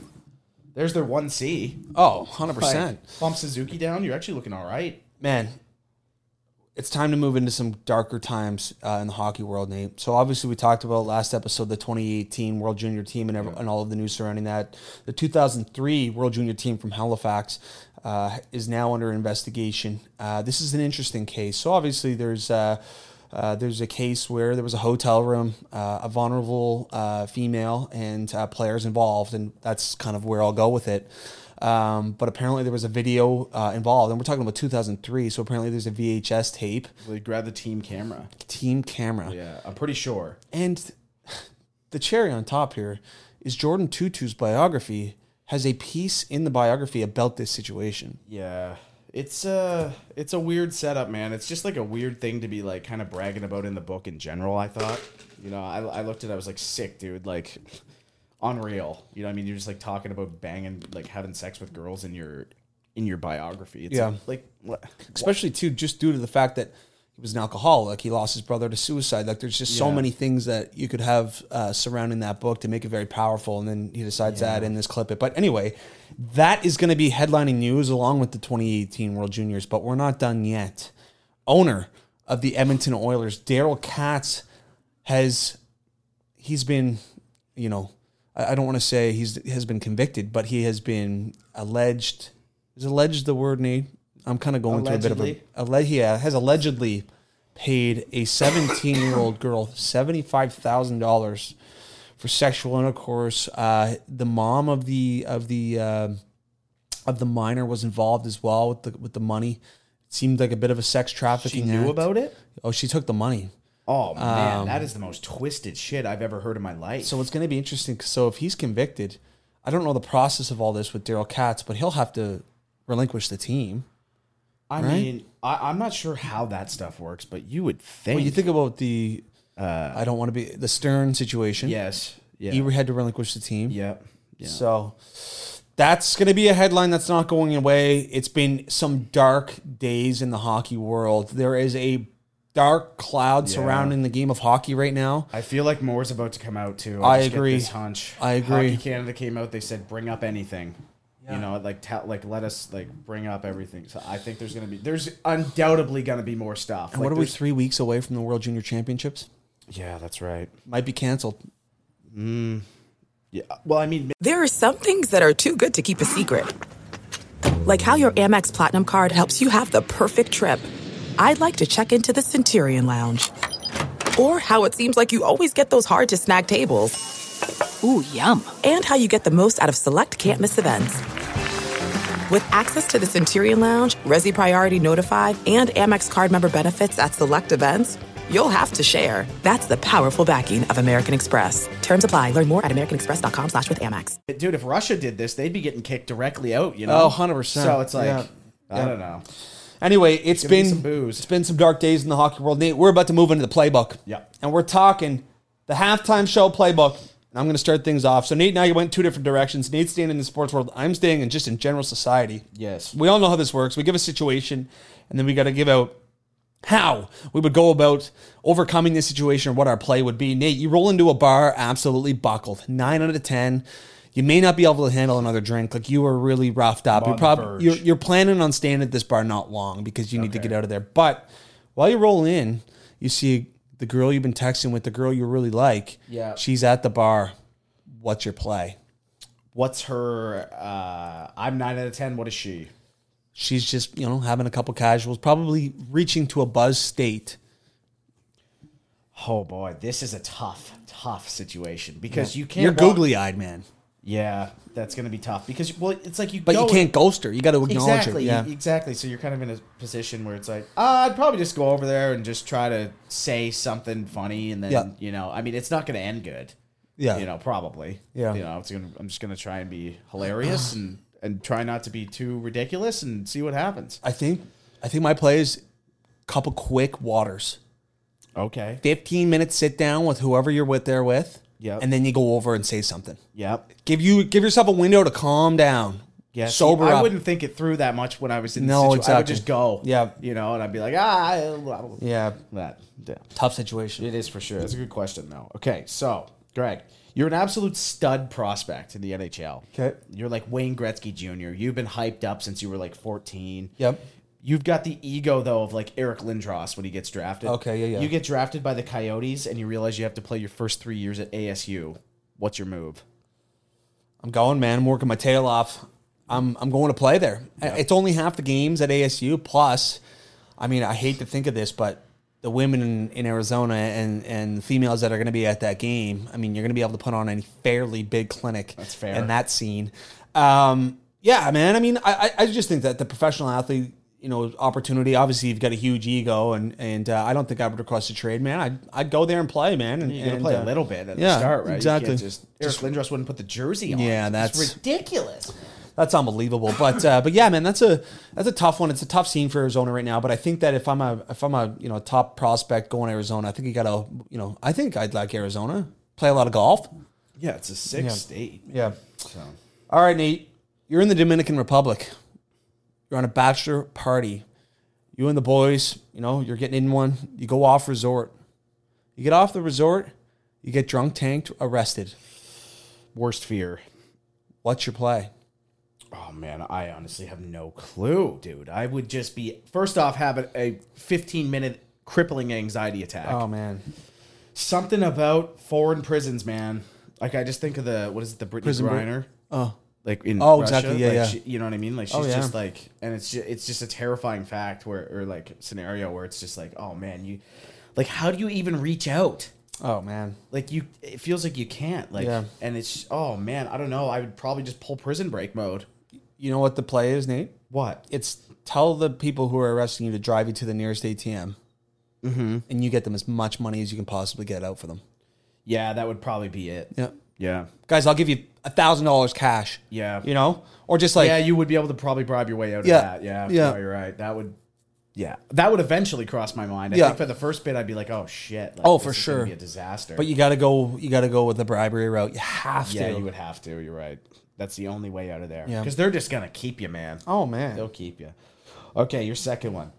S2: There's their one C.
S1: Oh, 100%.
S2: Bump Suzuki down. You're actually looking all right.
S1: man, it's time to move into some darker times uh, in the hockey world, Nate. So obviously, we talked about last episode the 2018 World Junior Team and, ev- and all of the news surrounding that. The 2003 World Junior Team from Halifax uh, is now under investigation. Uh, this is an interesting case. So obviously, there's. Uh, uh, there's a case where there was a hotel room, uh, a vulnerable uh, female, and uh, players involved, and that's kind of where I'll go with it. Um, but apparently, there was a video uh, involved, and we're talking about 2003. So apparently, there's a VHS tape,
S2: They grab the team camera.
S1: team camera,
S2: Yeah, I'm pretty sure.
S1: and the cherry on top here is Jordan Tutu's biography has a piece in the biography about this situation.
S2: Yeah. It's uh it's a weird setup, man. It's just like a weird thing to be like kind of bragging about in the book in general, I thought. You know, I I looked at it, I was like sick, dude, like unreal. You know, what I mean, you're just like talking about banging like having sex with girls in your in your biography. It's
S1: Yeah.
S2: like, like what
S1: especially too just due to the fact that he was an alcoholic he lost his brother to suicide like there's just so
S2: Yeah.
S1: many things that you could have uh, surrounding that book to make it very powerful and then he decides to add in this clip it but anyway that is going to be headlining news along with the 2018 world juniors but we're not done yet owner of the edmonton oilers daryl katz has he's been, you know, I, I don't want to say he's has been convicted, but he has been alleged. Is alleged the word Nate? I'm kind of going through a bit
S2: Allegedly?
S1: of a. Alle- yeah, has allegedly paid a 17 year old girl seventy five thousand dollars for sexual intercourse. Uh, the mom of the of the uh, of the minor was involved as well with the with the money. It seemed like a bit of a sex trafficking.
S2: you knew
S1: act.
S2: about it?
S1: Oh, she took the money.
S2: Oh man, that is the most twisted shit I've ever heard in my life.
S1: Um, So it's going to be interesting. 'cause- So if he's convicted, I don't know the process of all this with Daryl Katz, but he'll have to relinquish the team.
S2: I mean, I, I'm not sure how that stuff works, but you would think.
S1: Well, you think about the I don't want to be the Stern situation.
S2: Yes. Uh, Yeah.
S1: He had to relinquish the team.
S2: yep. Yeah.
S1: So that's going to be a headline that's not going away. It's been some dark days in the hockey world. There is a dark cloud surrounding the game of hockey right now.
S2: I feel like more's about to come out too.
S1: I
S2: just get
S1: agree.
S2: this hunch.
S1: I agree.
S2: Hockey Canada came out. They said bring up anything. You know, like tell, like let us like bring up everything. So I think there's gonna be there's undoubtedly gonna be more stuff.
S1: And
S2: Like,
S1: what are we
S2: there's-
S1: three weeks away from the World Junior Championships?
S2: Yeah, that's right.
S1: Might be canceled.
S2: Yeah. Well, I mean,
S3: There are some things that are too good to keep a secret. Like how your Amex Platinum card helps you have the perfect trip. I'd like to check into the Centurion Lounge. Or how it seems like you always get those hard to snag tables.
S4: Ooh, yum.
S3: And how you get the most out of select can't miss events. With access to the Centurion Lounge, Resi Priority Notify, and Amex card member benefits at select events, you'll have to share. That's the powerful backing of American Express. Terms apply. Learn more at americanexpress.com slash with Amex.
S2: dude, if Russia did this, they'd be getting kicked directly out. You know.
S1: Oh, 100%.
S2: So it's like
S1: Yeah.
S2: I
S1: Yeah.
S2: don't know.
S1: Anyway, it's
S2: Give me
S1: been
S2: some booze.
S1: it's been some dark days in the hockey world. Nate, we're about to move into the playbook.
S2: Yep.
S1: And we're talking the halftime show playbook. And I'm going to start things off. So Nate and I went two different directions. Nate's staying in the sports world. I'm staying in just in general society.
S2: Yes.
S1: We all know how this works. We give a situation, and then we got to give out how we would go about overcoming this situation or what our play would be. Nate, you roll into a bar absolutely buckled, nine out of ten. You may not be able to handle another drink. Like you were really roughed up. You're
S2: the verge.
S1: probably you're, you're planning on staying at this bar not long because you need to get out of there. But while you roll in, you see the girl you've been texting with, the girl you really like.
S2: Yeah.
S1: she's at the bar. What's your play?
S2: What's her? uh I'm nine out of ten. What is she?
S1: She's just you know having a couple casuals, probably reaching to a buzz state.
S2: Oh boy, this is a tough, tough situation because you can't.
S1: You're
S2: walk-
S1: googly eyed, man.
S2: Yeah, that's gonna be tough because well, it's like you.
S1: But
S2: go
S1: you can't ghost her. You got to acknowledge
S2: exactly,
S1: her. Yeah.
S2: exactly. So you're kind of in a position where it's like, uh, I'd probably just go over there and just try to say something funny, and then
S1: Yeah.
S2: you know, I mean, it's not gonna end good.
S1: Yeah.
S2: you know, probably.
S1: Yeah.
S2: you know, it's gonna. I'm just gonna try and be
S1: <sighs>
S2: hilarious and and try not to be too ridiculous and see what happens.
S1: I think I think my play is couple quick waters.
S2: Okay.
S1: 15 minutes sit down with whoever you're with there with.
S2: Yep.
S1: And then you go over and say something.
S2: Yep.
S1: Give you give yourself a window to calm down.
S2: Yeah, see,
S1: Sober
S2: I
S1: up.
S2: wouldn't think it through that much when I was in
S1: No,
S2: the situation. I would
S1: exactly.
S2: just go.
S1: Yeah.
S2: You know, and I'd be like, ah, I- I-
S1: Yeah.
S2: That. Yeah.
S1: Tough situation.
S2: It is for sure. That's a good question, though. Okay, so, Greg, you're an absolute stud prospect in the NHL.
S1: Okay.
S2: You're like Wayne Gretzky Jr. You've been hyped up since you were like 14.
S1: Yep.
S2: You've got the ego, though, of like Eric Lindros when he gets drafted.
S1: Okay, yeah, yeah.
S2: You get drafted by the Coyotes and you realize you have to play your first three years at ASU. What's your move?
S1: I'm going, man. I'm working my tail off. I'm I'm going to play there. It's only half the games at ASU. Plus, I mean, I hate to think of this, but the women in, in Arizona and and the females that are going to be at that game. I mean, you're going to be able to put on a fairly big clinic. That's
S2: fair.
S1: In that scene, um, yeah, man. I mean, I I I just think that the professional athlete. You know, opportunity. Obviously, you've got a huge ego, and and uh, I don't think I would request a trade, man. I'd, I'd go there and play, man. And
S2: You're going
S1: and,
S2: to play
S1: uh,
S2: a little bit at
S1: yeah,
S2: the start, right? You
S1: exactly.
S2: can't just, Eric Lindros wouldn't put the jersey on.
S1: Yeah,
S2: It's
S1: that's-
S2: ridiculous.
S1: that's unbelievable. But uh, but yeah, man, that's a that's a tough one. It's a tough scene for Arizona right now. But I think that if I'm a if I'm a you know top prospect going to Arizona, I think you got to you know I think I'd like Arizona. Play a lot of golf.
S2: Yeah, it's a six state.
S1: Yeah.
S2: So.
S1: All right, Nate, you're in the Dominican Republic. You're on a bachelor party. You and the boys, you know, you're getting in one. You go off resort. You get off the resort. You get drunk, tanked, arrested.
S2: Worst fear.
S1: What's your play?
S2: Oh man, I honestly have no clue, dude. I would just be first off have a, a 15 minute crippling anxiety attack.
S1: Oh, man,
S2: Something about foreign prisons, man. Like I just think of the what is it, the Brittany
S1: Prison break?
S2: Griner?
S1: oh.
S2: like in
S1: Oh,
S2: Russia,
S1: exactly, yeah,
S2: like
S1: yeah.
S2: She, you know what I mean. Like she's
S1: Oh, yeah.
S2: just like, and it's just, it's just a terrifying fact where or like scenario where it's just like, oh man, you, like how do you even reach out?
S1: Oh man.
S2: Like you, it feels like you can't. Like,
S1: Yeah.
S2: and it's oh man, I don't know. I would probably just pull prison break mode.
S1: You know what the play is, Nate?
S2: What?
S1: it's tell the people who are arresting you to drive you to the nearest ATM,
S2: Mm-hmm.
S1: and you get them as much money as you can possibly get out for them.
S2: Yeah, that would probably be it.
S1: Yeah,
S2: Yeah.
S1: Guys, I'll give you a thousand dollars cash.
S2: Yeah.
S1: You know? Or just like
S2: yeah, you would be able to probably bribe your way out
S1: Yeah,
S2: of that. Yeah,
S1: yeah.
S2: no, you're right. That would, yeah, that would eventually cross my mind. I
S1: Yeah.
S2: think for the first bit, I'd be like, oh shit, like,
S1: Oh, for
S2: this is gonna
S1: sure.
S2: be a disaster.
S1: But you gotta go you gotta go with the bribery route. You have
S2: yeah,
S1: to.
S2: you would have to. You're right. That's the only way out of there.
S1: Yeah.
S2: Because they're just gonna keep you, man.
S1: oh man.
S2: They'll keep you. Okay, your second one.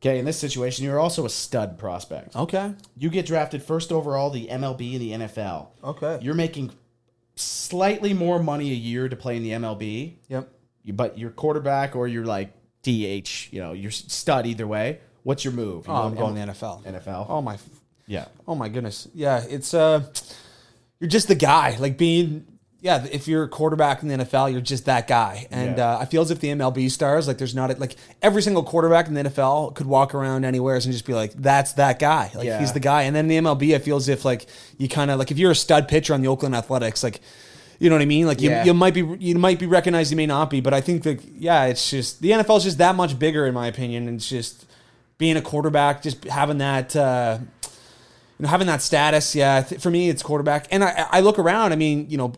S2: Okay, in this situation, you're also a stud prospect.
S1: Okay.
S2: You get drafted first overall, the MLB and the NFL.
S1: Okay.
S2: You're making slightly more money a year to play in the MLB
S1: Yep.
S2: you- but your quarterback or your like DH, you know, your s- stud either way. What's your move? You
S1: Oh, I'm
S2: go
S1: going
S2: M-
S1: to NFL.
S2: NFL.
S1: Oh my
S2: yeah.
S1: Oh my goodness. Yeah, it's uh you're just the guy. Like being yeah, if you're a quarterback in the NFL, you're just that guy. And
S2: Yeah.
S1: uh, I feel as if the MLB stars, like there's not a, like every single quarterback in the NFL could walk around anywhere and just be like, that's that guy. Like
S2: Yeah.
S1: he's the guy. And then in the MLB, I feel as if like you kind of like if you're a stud pitcher on the Oakland Athletics, like you know what I mean? Like you,
S2: Yeah.
S1: you might be you might be recognized, you may not be, but I think that yeah, it's just the NFL is just that much bigger in my opinion. And it's just being a quarterback, just having that. Uh, you know, having that status, yeah, th- for me, it's quarterback. And I, I look around. I mean, you know,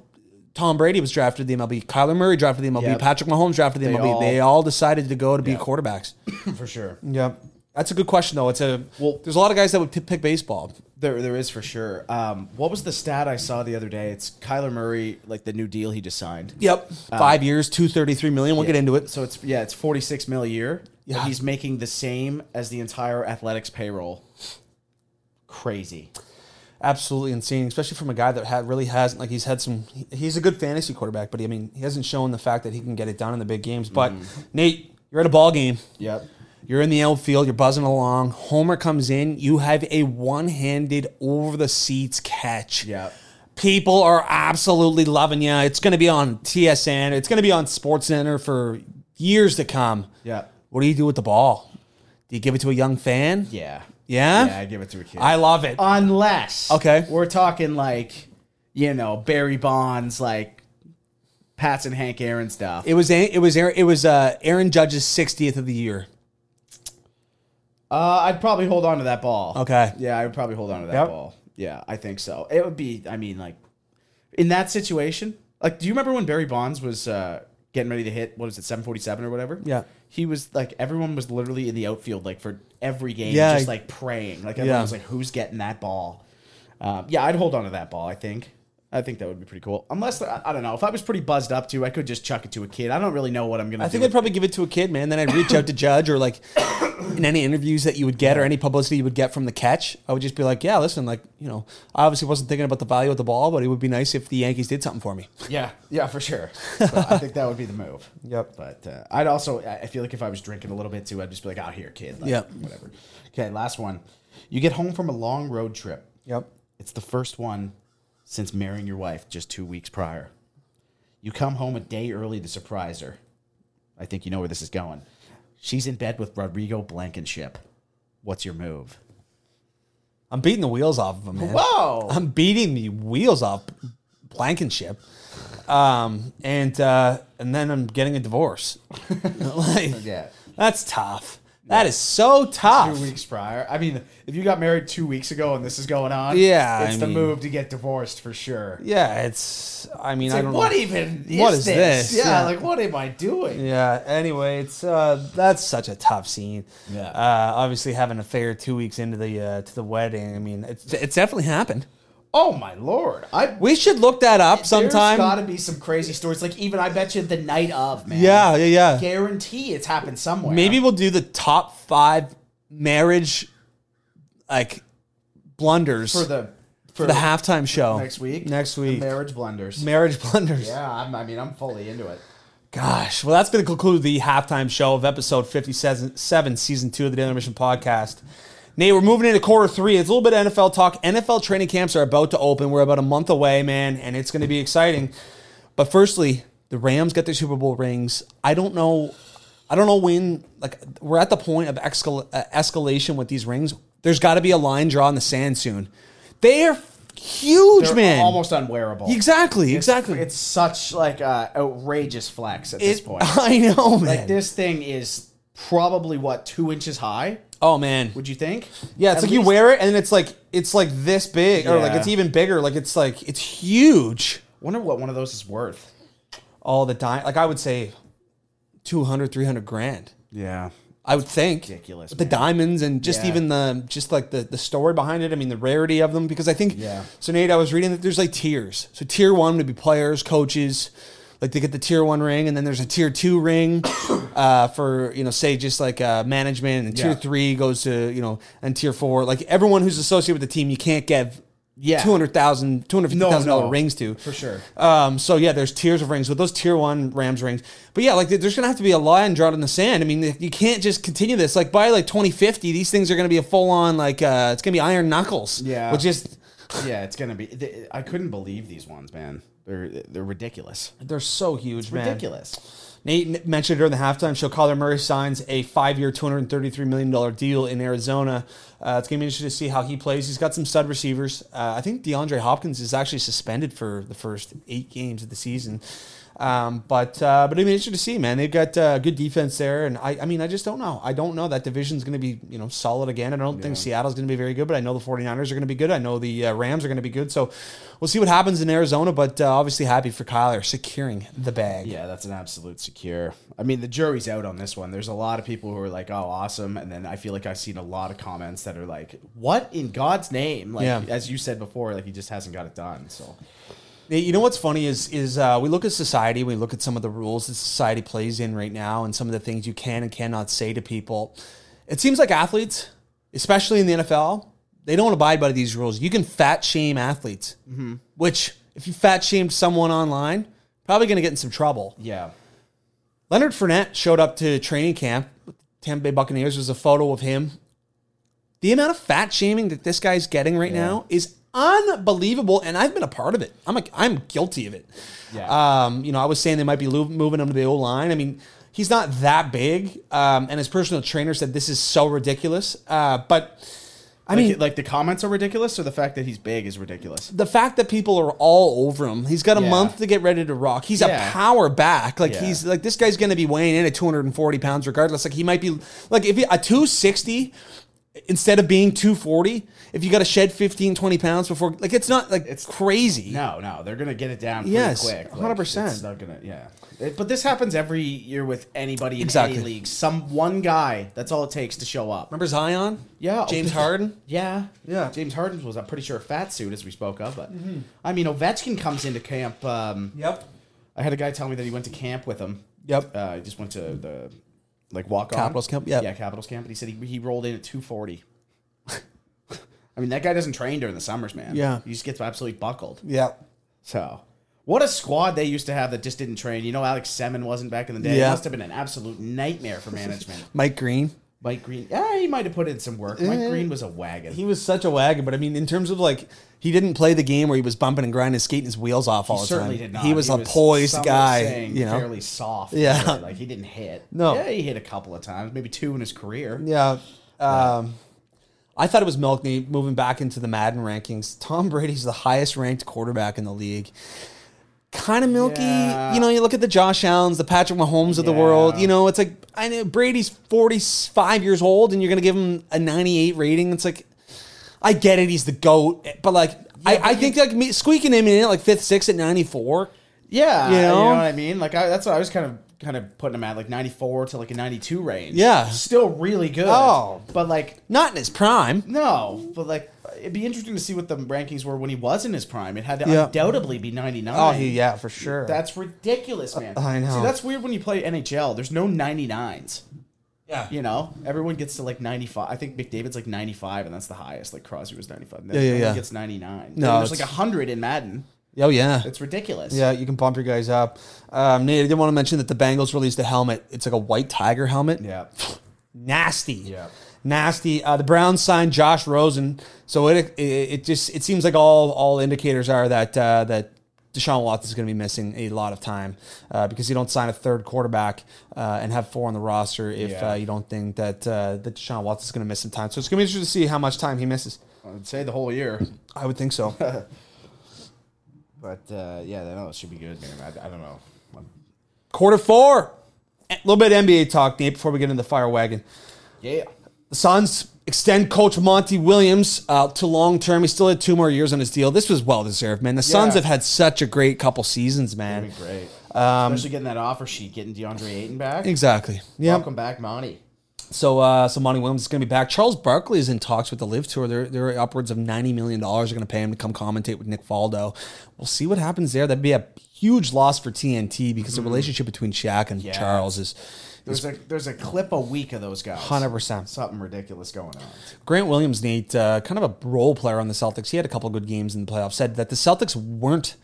S1: Tom Brady was drafted the MLB. Kyler Murray drafted the MLB.
S2: Yep.
S1: Patrick Mahomes drafted the
S2: They
S1: MLB.
S2: all-
S1: they all decided to go to be quarterbacks.
S2: <laughs> for sure.
S1: Yeah, that's a good question though. It's a
S2: Well-
S1: there's a lot of guys that would p- pick baseball.
S2: There, there is for sure. Um, what was the stat I saw the other day? It's Kyler Murray, like the new deal he just signed.
S1: Yep, five years, two thirty three million. We'll get into it.
S2: So it's Um, yeah, it's forty six mil a year. but
S1: Yeah.
S2: he's making the same as the entire athletics payroll. Crazy.
S1: Absolutely insane, especially from a guy that had, really hasn't like he's had some. he- He's a good fantasy quarterback, but I mean, he hasn't shown the fact that he can get it done in the big games. But
S2: Mm.
S1: Nate, you're at a ball game.
S2: Yep.
S1: You're in the outfield, you're buzzing along. Homer comes in, you have a one handed over the seats catch.
S2: Yeah.
S1: People are absolutely loving you. It's going to be on TSN, it's going to be on SportsCenter for years to come.
S2: Yeah.
S1: What do you do with the ball? Do you give it to a young fan?
S2: Yeah.
S1: Yeah?
S2: Yeah. I Uh, give it to a kid.
S1: I love it.
S2: unless
S1: Okay.
S2: we're talking like you know Barry Bonds, like Pats and Hank Aaron stuff.
S1: it was a- it was Aaron, it was uh, Aaron Judge's 60th of the year.
S2: Uh, I'd probably hold on to that ball.
S1: Okay.
S2: Yeah, I would probably hold on to that
S1: Yep.
S2: ball. Yeah, I think so. It would be. I mean, like in that situation, like do you remember when Barry Bonds was uh, getting ready to hit? What is it, seven forty seven or whatever?
S1: Yeah.
S2: He was like everyone was literally in the outfield like for every game,
S1: Yeah.
S2: just like praying. Like everyone
S1: Yeah.
S2: was like, "Who's getting that ball?" Um, yeah, I'd hold on to that ball. I think. I think that would be pretty cool. Unless I I don't know if I was pretty buzzed up too, I could just chuck it to a kid. I don't really know what I'm gonna.
S1: I think
S2: do
S1: I'd probably give it to a kid, man. Then I'd reach out to Judge or like in any interviews that you would get or any publicity you would get from the catch. I would just be like, yeah, listen, like, you know, I obviously wasn't thinking about the value of the ball, but it would be nice if the Yankees did something for me.
S2: Yeah, yeah,
S1: <laughs>
S2: for sure. So I think that would be the move.
S1: Yep.
S2: But uh, I'd also, I I feel like if I was drinking a little bit too, I'd just be like, out here, kid. Like,
S1: Yep.
S2: Whatever. Okay, last one. You get home from a long road trip.
S1: Yep.
S2: It's the first one since marrying your wife just two weeks prior. You come home a day early to surprise her. I think you know where this is going. She's in bed with Rodrigo Blankenship. What's your move?
S1: I'm beating the wheels off of him, man.
S2: Whoa!
S1: I'm beating the wheels off Blankenship. Um, and uh, and then I'm getting a divorce. <laughs> like,
S2: Yeah.
S1: That's tough. That is so tough.
S2: two weeks prior. I mean, if you got married two weeks ago and this is going on,
S1: Yeah,
S2: it's
S1: I
S2: the
S1: mean-
S2: move to get divorced for sure.
S1: Yeah, it's I mean
S2: It's
S1: I
S2: like,
S1: don't
S2: what
S1: know.
S2: even is
S1: What is
S2: this?
S1: this?
S2: Yeah,
S1: Yeah.
S2: like what am I doing?
S1: Yeah. Anyway, it's uh, that's such a tough scene.
S2: Yeah.
S1: Uh, obviously, having an affair two weeks into the uh, to the wedding. I mean, it's it's definitely happened.
S2: Oh my lord! I
S1: We should look that up sometime.
S2: There's got to be some crazy stories. Like even I bet you the night of man.
S1: yeah. Yeah. Yeah.
S2: Guarantee it's happened somewhere.
S1: Maybe we'll do the top five marriage like blunders
S2: for the for
S1: the halftime show
S2: next week.
S1: Next
S2: The
S1: week.
S2: marriage blunders.
S1: marriage blunders.
S2: yeah, I'm, I mean I'm fully into it.
S1: Gosh. Well, that's going to conclude the halftime show of episode 57, season two of the Daily Mission podcast. Nate, we're moving into quarter three. It's a little bit of NFL talk. NFL training camps are about to open. We're about a month away, man, and it's going to be exciting. But firstly, the Rams got their Super Bowl rings. I don't know. I don't know when. Like we're at the point of escal- uh, escalation with these rings. There's got to be a line draw in the sand soon. They are huge,
S2: They're
S1: man.
S2: almost unwearable.
S1: exactly,
S2: It's-
S1: exactly.
S2: It's such like uh, outrageous flex at this
S1: It- <laughs>
S2: point.
S1: I know, man.
S2: Like this thing is probably what two inches high.
S1: Oh man.
S2: Would you think?
S1: Yeah, it's
S2: At
S1: like you
S2: least-
S1: wear it and it's like it's like this big or like
S2: Yeah.
S1: it's even bigger. Like it's like it's huge.
S2: Wonder what one of those is worth.
S1: All the dime like I would say 200 300 grand.
S2: Yeah.
S1: I would think
S2: ridiculous,
S1: With the
S2: man.
S1: diamonds and just
S2: Yeah.
S1: even the just like the the story behind it. I mean, the rarity of them because I think
S2: Yeah.
S1: So Nate, I was reading that there's like tiers. So tier one would be players, coaches, like they get the tier one ring, and then there's a tier two ring <coughs> uh, for you know say just like uh, management, and tier
S2: Yeah.
S1: three goes to you know and tier four like everyone who's associated with the team. You can't give.
S2: Yeah.
S1: 200,000 $250,000
S2: No, no.
S1: rings to.
S2: For sure.
S1: Um, so yeah, there's tiers of rings, but those tier one Rams rings. But yeah, like there's gonna have to be a line drawn in the sand. I mean, you can't just continue this. Like by like 2050, these things are gonna be a full on like uh, it's gonna be iron knuckles.
S2: Yeah.
S1: which is
S2: Yeah, it's gonna be. th- I couldn't believe these ones, man. They're they're ridiculous.
S1: they're so huge, man.
S2: Ridiculous.
S1: Nate n- mentioned during the halftime show, Kyler Murray signs a five-year, two hundred thirty-three million dollar deal in Arizona. Uh, it's gonna be interesting to see how he plays. He's got some stud receivers. Uh, I think DeAndre Hopkins is actually suspended for the first eight games of the season. Um, but uh, but it'll be interesting to see, man. They've got uh, good defense there, and I, I mean, I just don't know. I don't know that division's going to be you know solid again. I don't think Seattle's going to be very good, but I know the 49ers are going to be good. I know the uh, Rams are going to be good. So we'll see what happens in Arizona. But uh, obviously, happy for Kyler securing the bag.
S2: Yeah, that's an absolute secure. I mean, the jury's out on this one. There's a lot of people who are like, "Oh, awesome," and then I feel like I've seen a lot of comments that are like, "What in God's name?" Like
S1: Yeah.
S2: as you said before, like he just hasn't got it done. So
S1: Nate, You know what's funny is is uh, we look at society, we look at some of the rules that society plays in right now, and some of the things you can and cannot say to people. It seems like athletes, especially in the NFL, they don't abide by these rules. You can fat shame athletes, which if you fat shamed someone online, probably going to get in some trouble.
S2: yeah,
S1: Leonard Fournette showed up to training camp. with the Tampa Bay Buccaneers There's a photo of him. The amount of fat shaming that this guy's getting right now is unbelievable, and I've been a part of it. I'm a, I'm guilty of it.
S2: Yeah.
S1: Um, you know, I was saying they might be lo- moving him to the O line. I mean, he's not that big, um, and his personal trainer said this is so ridiculous. Uh, but I
S2: like,
S1: mean,
S2: like the comments are ridiculous, or the fact that he's big is ridiculous.
S1: the fact that people are all over him. He's got a
S2: Yeah.
S1: month to get ready to rock. He's a
S2: Yeah.
S1: power back. Like
S2: Yeah.
S1: he's like this guy's going to be weighing in at 240 pounds regardless. Like he might be like if he, a 260 instead of being 240, if you got to shed 15 20 pounds before like it's not like it's crazy.
S2: No, no, they're gonna get it down pretty
S1: Yes,
S2: quick.
S1: 100%.
S2: It's not gonna, yeah. It- but this happens every year with anybody in
S1: Exactly.
S2: any league. Some one guy. That's all it takes to show up.
S1: Remember Zion?
S2: Yeah,
S1: James Harden?
S2: Yeah,
S1: Yeah.
S2: James Harden was, I'm pretty sure, a fat suit as we spoke of. But
S1: Mm-hmm.
S2: I mean, Ovechkin comes into camp. Um,
S1: Yep.
S2: I had a guy tell me that he went to camp with him.
S1: Yep.
S2: Uh, he just went to the like walk on
S1: Capitals camp, yeah.
S2: yeah, Capitals camp. And he said he, he rolled in at 240. <laughs> I mean, that guy doesn't train during the summers, man.
S1: Yeah.
S2: he just gets absolutely buckled.
S1: Yeah.
S2: So, what a squad they used to have that just didn't train. You know, Alex Semin wasn't back in the day.
S1: Yeah.
S2: It must have been an absolute nightmare for
S1: <laughs>
S2: management.
S1: Mike Green.
S2: Mike Green, yeah, he might have put in some work. Mike Green was a wagon.
S1: He was such a wagon, but I mean in terms of like he didn't play the game where he was bumping and grinding, skating his wheels off all the
S2: certainly
S1: time.
S2: did not.
S1: He was a
S2: some
S1: poised
S2: were
S1: guy,
S2: saying
S1: you know.
S2: fairly soft.
S1: Yeah.
S2: really. like he didn't hit.
S1: No.
S2: yeah, he hit a couple of times, maybe two in his career.
S1: Yeah. Um, I thought it was Milkney moving back into the Madden rankings. <laughs> Tom Brady's the highest ranked quarterback in the league. Kind of milky,
S2: Yeah.
S1: you know. You look at the Josh Allen's, the Patrick Mahomes of the
S2: Yeah.
S1: world. You know, it's like I know Brady's forty-five years old, and you're gonna give him a ninety-eight rating. It's like, I get it, he's the goat, but like, I, I think like me, squeaking him in at like fifth, sixth at ninety-four.
S2: Yeah,
S1: You
S2: you know,
S1: know?
S2: what I mean. Like I, that's what I was kind of kind of putting him at, like ninety four to like a ninety two range.
S1: Yeah.
S2: still really good.
S1: Oh.
S2: but like
S1: Not in his prime.
S2: no, but like it'd be interesting to see what the rankings were when he was in his prime. It had to
S1: Yeah.
S2: undoubtedly be ninety nine.
S1: Oh, he, yeah, for sure.
S2: That's ridiculous, man.
S1: I know.
S2: See, that's weird when you play NHL. There's no 99s.
S1: Yeah.
S2: You know, everyone gets to like 95. I think McDavid's like 95, and that's the highest. Like Crosby was 95. No,
S1: Yeah, yeah,
S2: no one
S1: yeah.
S2: gets 99.
S1: No,
S2: No, there's
S1: it's-
S2: like 100 in Madden.
S1: oh yeah,
S2: It's ridiculous.
S1: Yeah, you can bump your guys up. Um, Nate, I did want to mention that the Bengals released a helmet. It's like a white tiger helmet.
S2: Yeah.
S1: Nasty.
S2: Yeah.
S1: Nasty. Uh, the Browns signed Josh Rosen, so it, it it just it seems like all all indicators are that uh, that Deshaun Watson's going to be missing a lot of time uh, because you don't sign a third quarterback uh, and have four on the roster if
S2: Yeah.
S1: uh, you don't think that uh, that Deshaun Watson's going to miss some time. So it's going to be interesting to see how much time he misses.
S2: I'd say the whole year.
S1: I would think
S2: <laughs>
S1: so.
S2: But uh, yeah, no, it should be good, man. I, I don't know.
S1: Quarter four. a little bit of NBA talk, Nate, before we get into the fire wagon.
S2: Yeah.
S1: The Suns extend coach Monty Williams uh, to long term. He still had two more years on his deal. This was well deserved, man. The Suns
S2: Yeah.
S1: have had such a great couple seasons, man.
S2: Great.
S1: Um,
S2: Especially getting that offer sheet, getting DeAndre Ayton back.
S1: Exactly. Yeah.
S2: Welcome back, Monty.
S1: So, uh, so Monty Williams is going to be back. Charles Barkley is in talks with the Live Tour. They're, they're upwards of ninety million dollars. They're going to pay him to come commentate with Nick Faldo. We'll see what happens there. That'd be a huge loss for TNT because
S2: Mm.
S1: the relationship between Shaq and Charles is
S2: There's a there's a clip a week of those guys.
S1: hundred percent.
S2: Something ridiculous going on.
S1: Grant Williams, Nate, uh, kind of a role player on the Celtics. He had a couple good games in the playoffs. Said that the Celtics weren't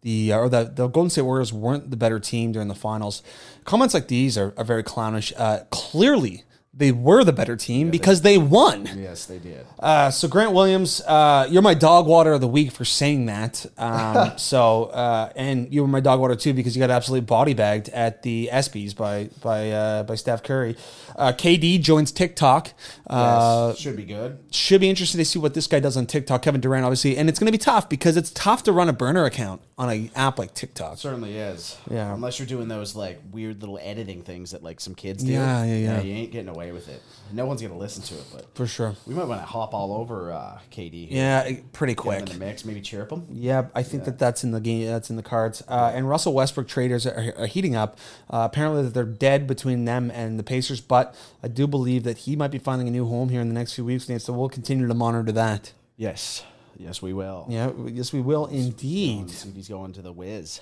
S1: the uh, or the, the Golden State Warriors weren't the better team during the finals. Comments like these are, are very clownish. Uh, clearly, they were the better team because they, won.
S2: Yes, they did.
S1: Uh, so Grant Williams, uh, you're my dog water of the week for saying that. Um, so uh, and you were my dog water too because you got absolutely body bagged at the ESPYS by by uh, by Steph Curry. Uh, KD joins TikTok. Uh,
S2: yes, should be good.
S1: Should be interested to see what this guy does on TikTok. Kevin Durant, obviously, and it's going to be tough because it's tough to run a burner account on an app like TikTok.
S2: Certainly is.
S1: Yeah.
S2: Unless you're doing those like weird little editing things that like some kids do.
S1: Yeah, yeah, yeah.
S2: You ain't getting away with it. No one's gonna listen to it, but
S1: For sure.
S2: we might want to hop all over uh, KD. here.
S1: Yeah, it- pretty
S2: Get him
S1: quick.
S2: in the mix, maybe chirp him.
S1: Yeah, I think that that's in the game. That's in the cards. Uh, and Russell Westbrook traders are, are heating up. Uh, apparently, that they're dead between them and the Pacers. But I do believe that he might be finding a new home here in the next few weeks, Nate. So we'll continue to monitor that.
S2: Yes. Yes, we will.
S1: Yeah, we- yes, we will indeed.
S2: See if he's going to the Wiz.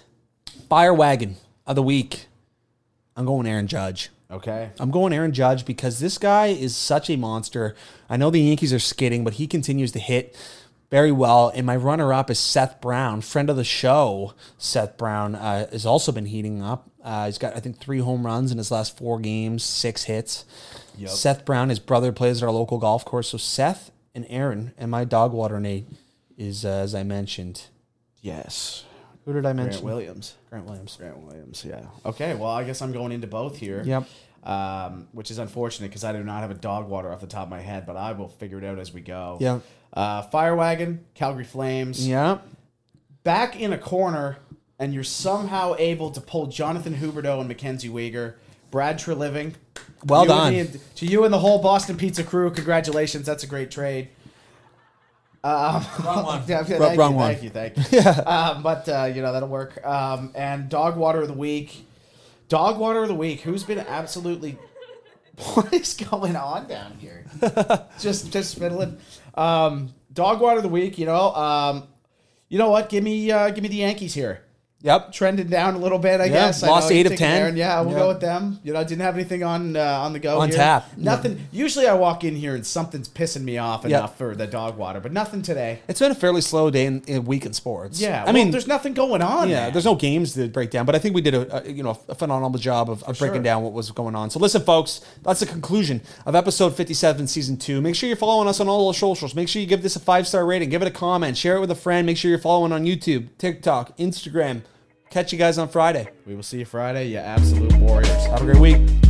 S1: Fire wagon of the week. I'm going Aaron Judge.
S2: Okay.
S1: I'm going Aaron Judge because this guy is such a monster. I know the Yankees are skidding, but he continues to hit very well. And my runner up is Seth Brown, friend of the show. Seth Brown uh, has also been heating up. Uh, he's got, I think, three home runs in his last four games, six hits. Seth Brown, his brother, plays at our local golf course. So Seth and Aaron and my dog water Nate is, uh, as I mentioned,
S2: Yes.
S1: who did I mention?
S2: Grant Williams.
S1: Grant Williams.
S2: Grant Williams, yeah. Okay, well, I guess I'm going into both here.
S1: Yep.
S2: Um, which is unfortunate because I do not have a dog water off the top of my head, but I will figure it out as we go.
S1: Yep.
S2: Uh, Fire Wagon, Calgary Flames.
S1: Yeah.
S2: Back in a corner, and you're somehow able to pull Jonathan Huberto and Mackenzie Weger, Brad Treliving.
S1: Well
S2: You and
S1: done.
S2: the- to you and the whole Boston Pizza crew, congratulations. That's a great trade. Um, wrong one. <laughs> yeah, thank
S1: wrong
S2: you,
S1: one.
S2: Thank you,
S1: <laughs>
S2: thank you. um, but, uh, you know, that'll work. Um, and Dog Water of the Week. Dog Water of the Week, who's been absolutely. <laughs> What is going on down
S1: <laughs>
S2: here? just just fiddling. Um, dog Water of the Week, you know. Um, you know what? Give me uh, give me the Yankees here
S1: Yep.
S2: trended down a little bit, I
S1: Yeah,
S2: guess. I
S1: lost
S2: know,
S1: eight
S2: you're
S1: of
S2: taking
S1: 10.
S2: Aaron. Yeah, we'll
S1: Yeah.
S2: go with them. You know, I didn't have anything on uh, on the go
S1: On
S2: here.
S1: tap.
S2: Nothing. Usually, I walk in here and something's pissing me off
S1: Yeah.
S2: enough for the dog water, but nothing today.
S1: It's been a fairly slow day in, in week in sports.
S2: Yeah,
S1: I
S2: well,
S1: mean,
S2: there's nothing going on.
S1: Yeah,
S2: man.
S1: there's no games to break down, but I think we did a, a you know a phenomenal job of, of breaking
S2: sure.
S1: down what was going on. So listen, folks, that's the conclusion of episode 57, season two. Make sure you're following us on all our socials. Make sure you give this a five star rating, give it a comment, share it with a friend. Make sure you're following on YouTube, TikTok, Instagram. Catch you guys on Friday.
S2: We will see you Friday. You absolute warriors.
S1: Have a great week.